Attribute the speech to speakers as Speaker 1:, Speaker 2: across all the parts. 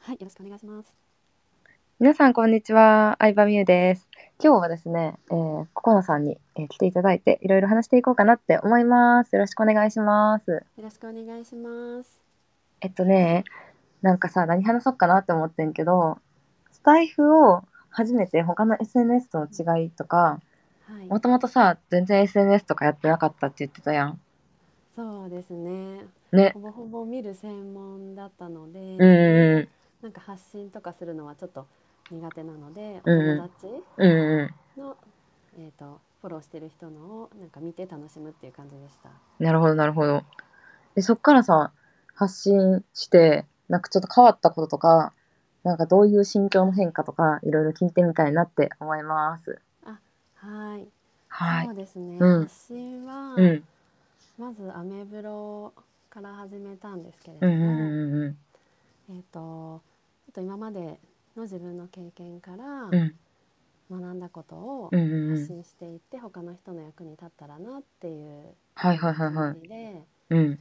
Speaker 1: はい、よろしくお願いします。
Speaker 2: 皆さん、こんにちは。相葉美優です。今日はですね、えー、ココナさんに、えー来ていただいて、いろいろ話していこうかなって思います。よろしくお願いします。
Speaker 1: よろしくお願いします。
Speaker 2: えっとね、なんかさ、何話そうかなって思ってんけど、スタイフを初めて他の SNS との違いとか、
Speaker 1: はい、
Speaker 2: もともとさ、全然 SNS とかやってなかったって言ってたやん。
Speaker 1: そうですね。
Speaker 2: ね。
Speaker 1: ほぼほぼ見る専門だったので、
Speaker 2: うんう
Speaker 1: なんか発信とかするのはちょっと苦手なので、お
Speaker 2: うんうん
Speaker 1: 友達
Speaker 2: んうん。うんう
Speaker 1: の、えっ、とフォローしてる人のをなんか見て楽しむっていう感じでした。
Speaker 2: ん。なるほど、なるほど。で、そっからさ、発信して、なんかちょっと変わったこととか、なんかどういう心境の変化とか、いろいろ聞いてみたいなって思います。
Speaker 1: はい、
Speaker 2: はい
Speaker 1: そ。うですね。
Speaker 2: うん
Speaker 1: 発信は、
Speaker 2: うん。
Speaker 1: まずアメブロから始めたんですけれ
Speaker 2: う
Speaker 1: ど
Speaker 2: ん
Speaker 1: も、
Speaker 2: うんうん
Speaker 1: えっ、とちょっと今までの自分の経験から
Speaker 2: うん。うん
Speaker 1: 学んだことを
Speaker 2: うんうんう
Speaker 1: 発
Speaker 2: ん。
Speaker 1: 信していって、他の人の役に立ったらなっていう
Speaker 2: はいはいはいは
Speaker 1: 感
Speaker 2: い。
Speaker 1: じで、
Speaker 2: うん。
Speaker 1: で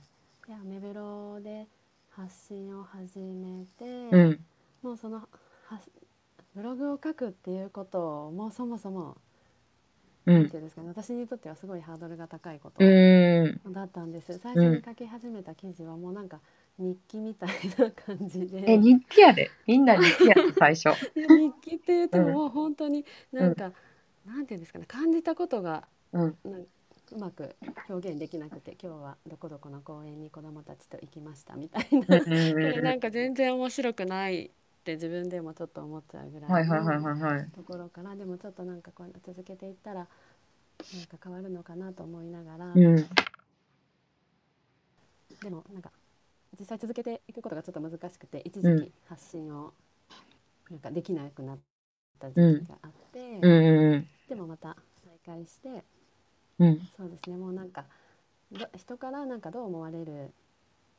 Speaker 1: アメブロで発信を始めて、
Speaker 2: うん。
Speaker 1: もうそのはブログを書くっていうことをもうそもそも
Speaker 2: う
Speaker 1: なん
Speaker 2: ん
Speaker 1: て。いうんですかね私にとってはすごいハードルが高いこと
Speaker 2: うん。
Speaker 1: だったんです、最初に書き始めた記事はもうなんか日記みたいな感じで、
Speaker 2: え、日記やで。みんな日記やで、最 初。
Speaker 1: いや日記って言って
Speaker 2: う
Speaker 1: も
Speaker 2: ん
Speaker 1: もう本当になんか、なんていうんですかね感じたことが
Speaker 2: うん。
Speaker 1: なんうまく表現できなくて今日はどこどこの公園に子どもたちと行きましたみたい
Speaker 2: うん
Speaker 1: な
Speaker 2: うんうん
Speaker 1: でな
Speaker 2: うん
Speaker 1: か全然面白くないって自分でもちょっと思っちゃうぐ
Speaker 2: ん。は
Speaker 1: ら
Speaker 2: い
Speaker 1: い
Speaker 2: はいはいは
Speaker 1: の
Speaker 2: いはい。
Speaker 1: ところからでもちょっとなんかこういうの続けていったらなんか変わるのかなと思いながら、
Speaker 2: うん。
Speaker 1: でもなんか実際続けていくことがちょっと難しくて一
Speaker 2: う
Speaker 1: 時
Speaker 2: ん
Speaker 1: 期発信をなんかできなくなった時
Speaker 2: うん
Speaker 1: 期があって、
Speaker 2: うんうん
Speaker 1: でもまた再開して
Speaker 2: うん。うん。
Speaker 1: そうですねもうなんかど人からなんかどう思われる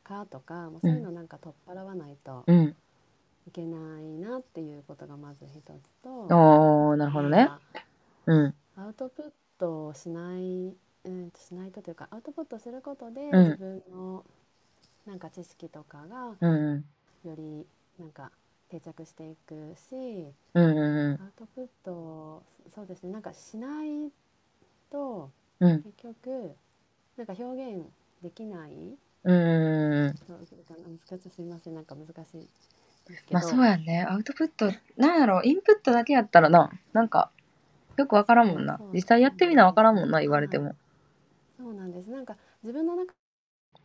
Speaker 1: かとかもうそういうのなんか取っ払わないと
Speaker 2: うん。
Speaker 1: いけないなっていうことがまず一つと、
Speaker 2: ああ、なるほどね。
Speaker 1: ま
Speaker 2: うん。
Speaker 1: あアウトプットをしない、うん、しないとというかアウトプットすることで
Speaker 2: うん
Speaker 1: 自分のなんか知識とかが
Speaker 2: うんうん。
Speaker 1: よりなんか定着していくし
Speaker 2: うんうん
Speaker 1: アウトプットをそうですねなんかしないと
Speaker 2: うん。うん。
Speaker 1: 結局なんか表現できない
Speaker 2: うん。
Speaker 1: そう難しいすいませんなんか難しいですけど、
Speaker 2: まあそうやんね。アウトプット、なんやろ、インプットだけやったらな、なんか、よくわからんもんな
Speaker 1: そう。
Speaker 2: 実際やってみなわからんもんな、言われても。
Speaker 1: そうなんですなんか自分の中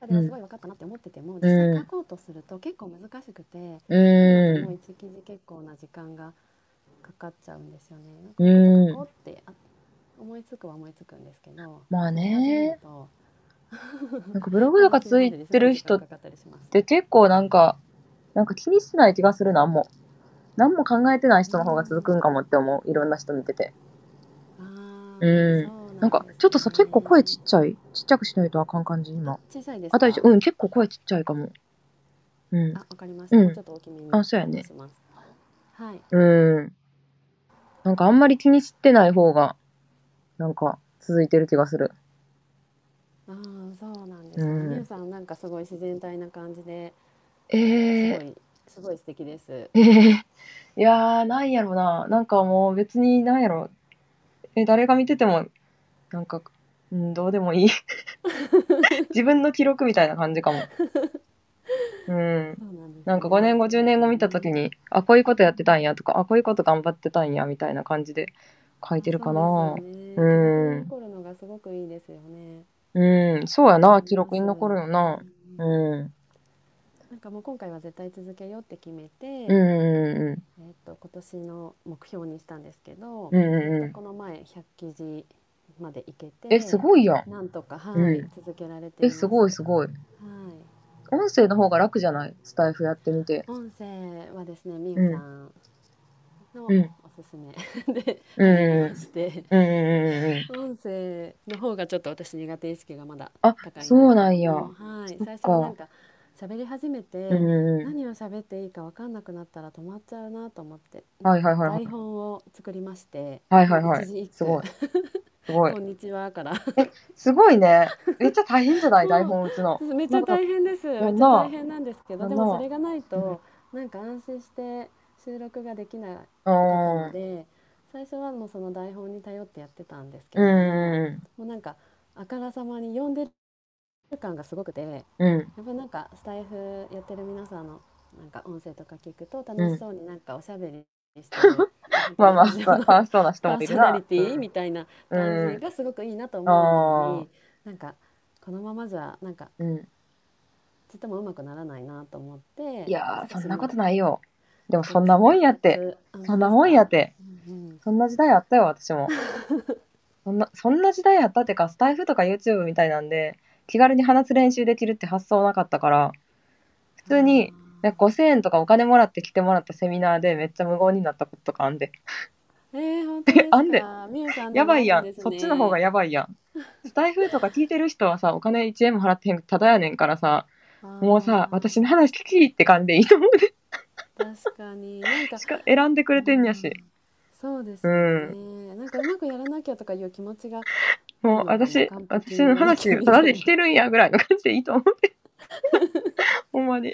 Speaker 1: で
Speaker 2: う
Speaker 1: は
Speaker 2: ん
Speaker 1: すごい分かったなって思ってても、実際書こうとすると結構難しくて、
Speaker 2: う
Speaker 1: なんかも
Speaker 2: ー。
Speaker 1: うん一記事結構な時間がかかっちゃうんですよね。なん
Speaker 2: う
Speaker 1: か
Speaker 2: ーん。
Speaker 1: こうってあ思いつくは思いつくんですけど、
Speaker 2: まあね。
Speaker 1: と
Speaker 2: なんかブログとかついてる人っ
Speaker 1: かかったりします
Speaker 2: て結構なんか、なんか気にしてない気がするな、もう。何も考えてない人の方が続くんかもって思う。いろんな人見てて。
Speaker 1: あー
Speaker 2: うん
Speaker 1: そうですね
Speaker 2: なんか、ちょっとさ、結構声ちっちゃい。ちっちゃくしないとあかん感じ、今。
Speaker 1: 小さいですか
Speaker 2: あたい、うん、結構声ちっちゃいかも。うん
Speaker 1: あ。わかりました、
Speaker 2: うん
Speaker 1: もうちょっと大きめに
Speaker 2: あそうやね
Speaker 1: しますはい
Speaker 2: うん。なんかあんまり気にしてない方が、なんか続いてる気がする。
Speaker 1: ああそうなんですね。
Speaker 2: うん
Speaker 1: みゆさんなんかすごい自然体な感じで
Speaker 2: え
Speaker 1: す
Speaker 2: え
Speaker 1: ごい、すごい素敵です。
Speaker 2: ええ いやー、なんやろな。なんかもう別になんやろ。え、誰が見てても、なんか、うん、どうでも いい。自分の記録みたいな感じかも。うん。
Speaker 1: そうなんですね、
Speaker 2: なんか5年後、10年後見た時に、あ、こういうことやってたんやとか、あ、こういうこと頑張ってたんや、みたいな感じで書いてるかな
Speaker 1: そう。ですよ
Speaker 2: うん
Speaker 1: ね記録に残るのがすごくいいですよね。
Speaker 2: うん、そうやな。記録に残るよな。
Speaker 1: うん
Speaker 2: うん。
Speaker 1: なんかもう今回は絶対続けようって決めて、
Speaker 2: うん
Speaker 1: えっ、
Speaker 2: う
Speaker 1: と今年の目標にしたんですけど、
Speaker 2: んうん。うんうんうん。
Speaker 1: この前100記事までいけて、
Speaker 2: え、すごいやん。
Speaker 1: なんとかはい、
Speaker 2: うん
Speaker 1: 続けられてい
Speaker 2: え、
Speaker 1: ます。
Speaker 2: すごい
Speaker 1: はい。
Speaker 2: すごい。音声の方が楽じゃないスタイフやってみて。
Speaker 1: 音声はですね、みゆさんのお
Speaker 2: うん
Speaker 1: すすめ で、
Speaker 2: うん
Speaker 1: ま
Speaker 2: う
Speaker 1: して
Speaker 2: んうん。うんうんうんうん。
Speaker 1: 音声の方がちょっと私苦手意識がまだ
Speaker 2: あ
Speaker 1: 高いんですけど
Speaker 2: そうなんや
Speaker 1: はい
Speaker 2: そっか
Speaker 1: 最初はなんか喋り始めて、
Speaker 2: うんうんうん。
Speaker 1: 何を喋っていいか分かんなくなったら止まっちゃうなと思って、
Speaker 2: はいはいはいはい
Speaker 1: 台本を作りまして
Speaker 2: はいはいはい
Speaker 1: 一字一句
Speaker 2: すごい。すごい
Speaker 1: こ。んにちはから
Speaker 2: すごいね。めっちゃ大変じゃな
Speaker 1: う
Speaker 2: い
Speaker 1: ん
Speaker 2: 台本打つの。
Speaker 1: めっちゃ大変ですめ
Speaker 2: やんな
Speaker 1: っちゃ大変なんですけど
Speaker 2: やんな
Speaker 1: でもそれがないとなんか安心して収録ができない
Speaker 2: あ
Speaker 1: の
Speaker 2: あ。
Speaker 1: で最初はもうその台本に頼ってやってたんですけ
Speaker 2: う
Speaker 1: ど、
Speaker 2: ん。
Speaker 1: もうなんかあからさまに読んでる感がすごくてや
Speaker 2: うん。
Speaker 1: っぱなんかスタイフやってる皆さんのなんか音声とか聞くと楽しそうになんかおしゃべりしてる
Speaker 2: ま あまあ、
Speaker 1: ラジオの
Speaker 2: 楽しそうな人
Speaker 1: パ
Speaker 2: もい
Speaker 1: ー
Speaker 2: る
Speaker 1: ソ
Speaker 2: な。
Speaker 1: ナリティみたいな感じがすごくいいなと思うのに、なんかこのままじゃなんか
Speaker 2: うん。うん
Speaker 1: ちっともうまくならないなと思って
Speaker 2: いやー、
Speaker 1: 少
Speaker 2: そ
Speaker 1: し
Speaker 2: んなことないよ。でも、そんなもんやって。
Speaker 1: あ
Speaker 2: そんなもんやって。
Speaker 1: うんうん
Speaker 2: そんな時代あったよ、私 も。そんな、そんな時代あったってか、スタイフとか YouTube みたいなんで、気軽に話す練習できるって発想なかったから、普通に、なんか5000円とかお金もらって来てもらったセミナーでめっちゃ無言になったこととかあんで。
Speaker 1: えー、本当ですか
Speaker 2: あんで
Speaker 1: みゆさん
Speaker 2: やばいや
Speaker 1: の番組
Speaker 2: ん。
Speaker 1: ですね
Speaker 2: そっちの方がやばいやん。スタイフとか聞いてる人はさ、お金1円も払ってへん、ただやねんからさ、
Speaker 1: あー
Speaker 2: もうさ、私の話聞きって感じでいいと思うで。
Speaker 1: 確かになんか
Speaker 2: しか選んでくれてんやし。
Speaker 1: そうですよね、なんかうまくやらなきゃとかいう気持ちが
Speaker 2: もう
Speaker 1: うん
Speaker 2: 私
Speaker 1: 完、璧
Speaker 2: 私の話、ただで来てるんやぐらいの感じでいいと思うで。ほんまに。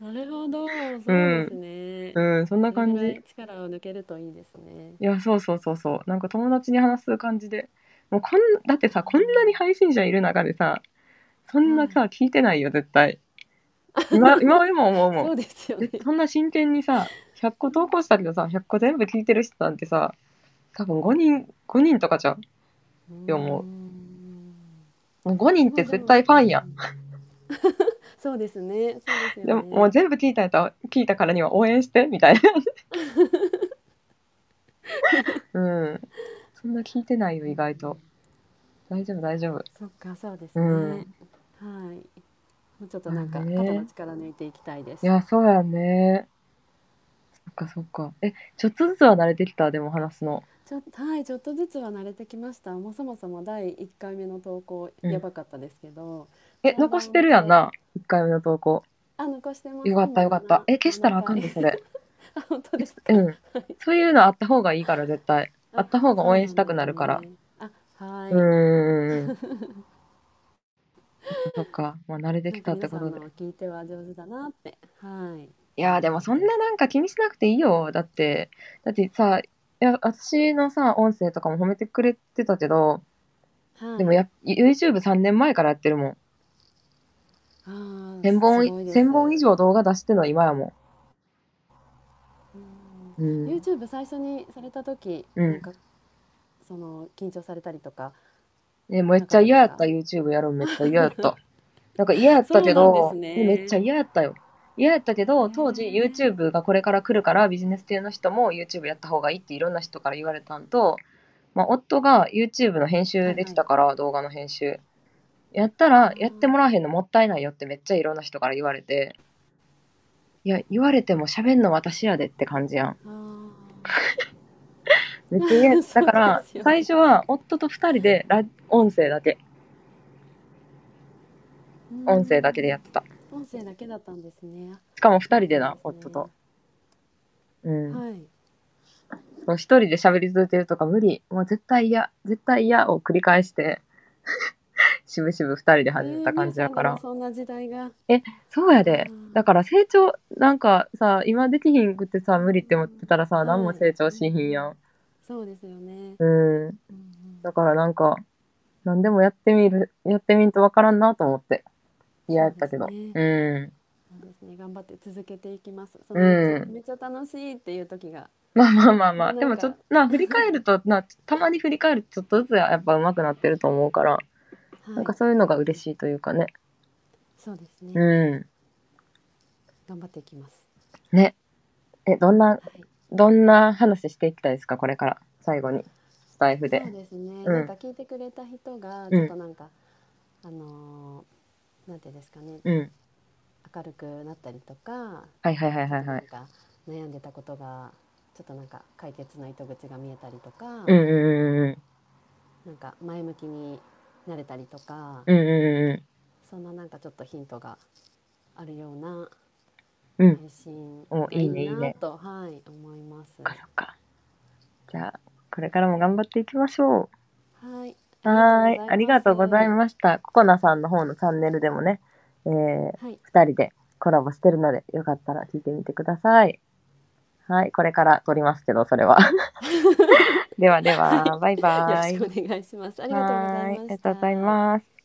Speaker 1: なるほどそうですね、
Speaker 2: うん、そんな感
Speaker 1: それぐ
Speaker 2: じ
Speaker 1: ら。い力を抜けるといいですね
Speaker 2: いや、そうそうそうそう。なんか友達に話す感じで。もうこん、だってさ、こんなに配信者いる中でさ、そんなさ、聞いてないよ、絶対。今、今、今思うもん
Speaker 1: そ。うですよね
Speaker 2: でそんな真剣にさ100個投稿したけどさ100個全部聞いてる人なんてさ多分5人5人とかじゃんて思う
Speaker 1: うん
Speaker 2: もう5人って絶対ファンやん
Speaker 1: そうですねそうですよね
Speaker 2: でももう全部聞いたやつは聞いたからには応援してみ たいなうんそんな聞いてないよ意外と大丈夫大丈夫
Speaker 1: そっかそうですね、
Speaker 2: うん
Speaker 1: はいもうちょっとなんか
Speaker 2: まあね
Speaker 1: 肩の力抜いていきたいです
Speaker 2: いやそうやねそっかそっかえちょっとずつは慣れてきたでも話すの
Speaker 1: ちょっとはいちょっとずつは慣れてきましたもうそもそも第1回目の投稿
Speaker 2: うん
Speaker 1: やばかったですけど、
Speaker 2: え残してるやんな1回目の投稿
Speaker 1: あ残してます
Speaker 2: よかったよかったえ消したらあかん
Speaker 1: で
Speaker 2: でそれ
Speaker 1: あ 本当ですか、
Speaker 2: うん、そういうのあった方がいいから絶対あった方が応援したくなるから
Speaker 1: そうなんですねあはい、
Speaker 2: うーんそっかもう慣れてきたってこと
Speaker 1: な
Speaker 2: で
Speaker 1: んか皆さんのを聞いては上手だなってはい
Speaker 2: いやーでもそんななんか気にしなくていいよだってだってさいや私のさ音声とかも褒めてくれてたけど
Speaker 1: はい
Speaker 2: でもや YouTube3 年前からやってるもん
Speaker 1: あー
Speaker 2: 1000
Speaker 1: すごい
Speaker 2: 本
Speaker 1: です
Speaker 2: 千本以上動画出してんの今やも
Speaker 1: うん
Speaker 2: ん、うん
Speaker 1: YouTube 最初にされた時、
Speaker 2: うん
Speaker 1: なんかその緊張されたりとか
Speaker 2: ね、めっちゃ嫌やった YouTube やるんめっちゃ嫌やった なんか嫌やったけ
Speaker 1: そうな
Speaker 2: ど、
Speaker 1: んですね
Speaker 2: ねめっちゃ嫌やったよ嫌やったけ
Speaker 1: へ
Speaker 2: ど
Speaker 1: ー
Speaker 2: 当時 YouTube がこれから来るからビジネス系の人も YouTube やった方がいいっていろんな人から言われたんと、まあ、夫が YouTube の編集できたから、動画の編集やったらやってもらわへんのもったいないよってめっちゃいろんな人から言われていや言われても喋んの私やでって感じやん
Speaker 1: あー
Speaker 2: めっちゃ嫌や っ
Speaker 1: そ
Speaker 2: た
Speaker 1: う
Speaker 2: だから
Speaker 1: ですよね
Speaker 2: 最初は夫と2人でラ音声だけ音声だけでやってた
Speaker 1: 音声だけだったんですね。
Speaker 2: しかも二
Speaker 1: 二
Speaker 2: 人でな、夫と。。うん。
Speaker 1: はい。
Speaker 2: もう一人で喋り続けるとか無理。もう絶対嫌、絶対嫌を繰り返して、 しぶしぶ二人で始めた感じだから。
Speaker 1: えー皆さんでもそんな時代が。
Speaker 2: そうやで
Speaker 1: う。ん
Speaker 2: だから成長、なんかさ、今できひんくってさ、無理って思ってたらさ、
Speaker 1: うん
Speaker 2: 何も成長しひんやん。
Speaker 1: そうですよね。
Speaker 2: うん。
Speaker 1: うんうん
Speaker 2: だからなんか、何でもやってみる、やってみんとわからんなと思って。嫌やったけど。
Speaker 1: そうですね
Speaker 2: うん。
Speaker 1: そうですね。頑張って続けていきます。そ
Speaker 2: うん
Speaker 1: のめっちゃ楽しいっていう時が。
Speaker 2: まあまあまあま
Speaker 1: な
Speaker 2: あ、
Speaker 1: んか
Speaker 2: でもちょっと、な、振り返ると、な、たまに振り返るとちょっとずつやっぱ上手くなってると思うから、な
Speaker 1: は
Speaker 2: ん
Speaker 1: い
Speaker 2: か。そういうのが嬉しいというかね。
Speaker 1: そうですね。
Speaker 2: う
Speaker 1: 頑張っていきます。
Speaker 2: ん。ね。え、どんな、
Speaker 1: はい。
Speaker 2: どんな話していきたいですか、これから。最後に。スタイフで
Speaker 1: そう。ですね。
Speaker 2: ん
Speaker 1: なんか聞いてくれた人がちょっとなんかあのーなんていうんですかね。
Speaker 2: うん。
Speaker 1: 明るくなったりとか、
Speaker 2: はいはいはいはいは
Speaker 1: なん
Speaker 2: い。
Speaker 1: か悩んでたことがちょっとなんか解決の糸口が見えたりとか
Speaker 2: う、んうん
Speaker 1: なんか前向きになれたりとか、
Speaker 2: うんうん。うんう
Speaker 1: そんななんかちょっとヒントがあるようなん
Speaker 2: うん。うん。
Speaker 1: 配信
Speaker 2: お
Speaker 1: がいい
Speaker 2: いいねいいね
Speaker 1: なとはい思います。
Speaker 2: そっかそっか。じゃあ、これからも頑張っていきましょ
Speaker 1: はい。
Speaker 2: う。はーい。ありがとうござい
Speaker 1: す。
Speaker 2: ました。ココナさんの方のチャンネルでもね、えー、
Speaker 1: はい。
Speaker 2: 二人でコラボしてるので、よかったら聞いてみてください。はい、これから撮りますけど、それ は。ではでは、バイバイ。
Speaker 1: よろしくお願いします。あ
Speaker 2: あ
Speaker 1: りがとうございました。
Speaker 2: ありがとうございます。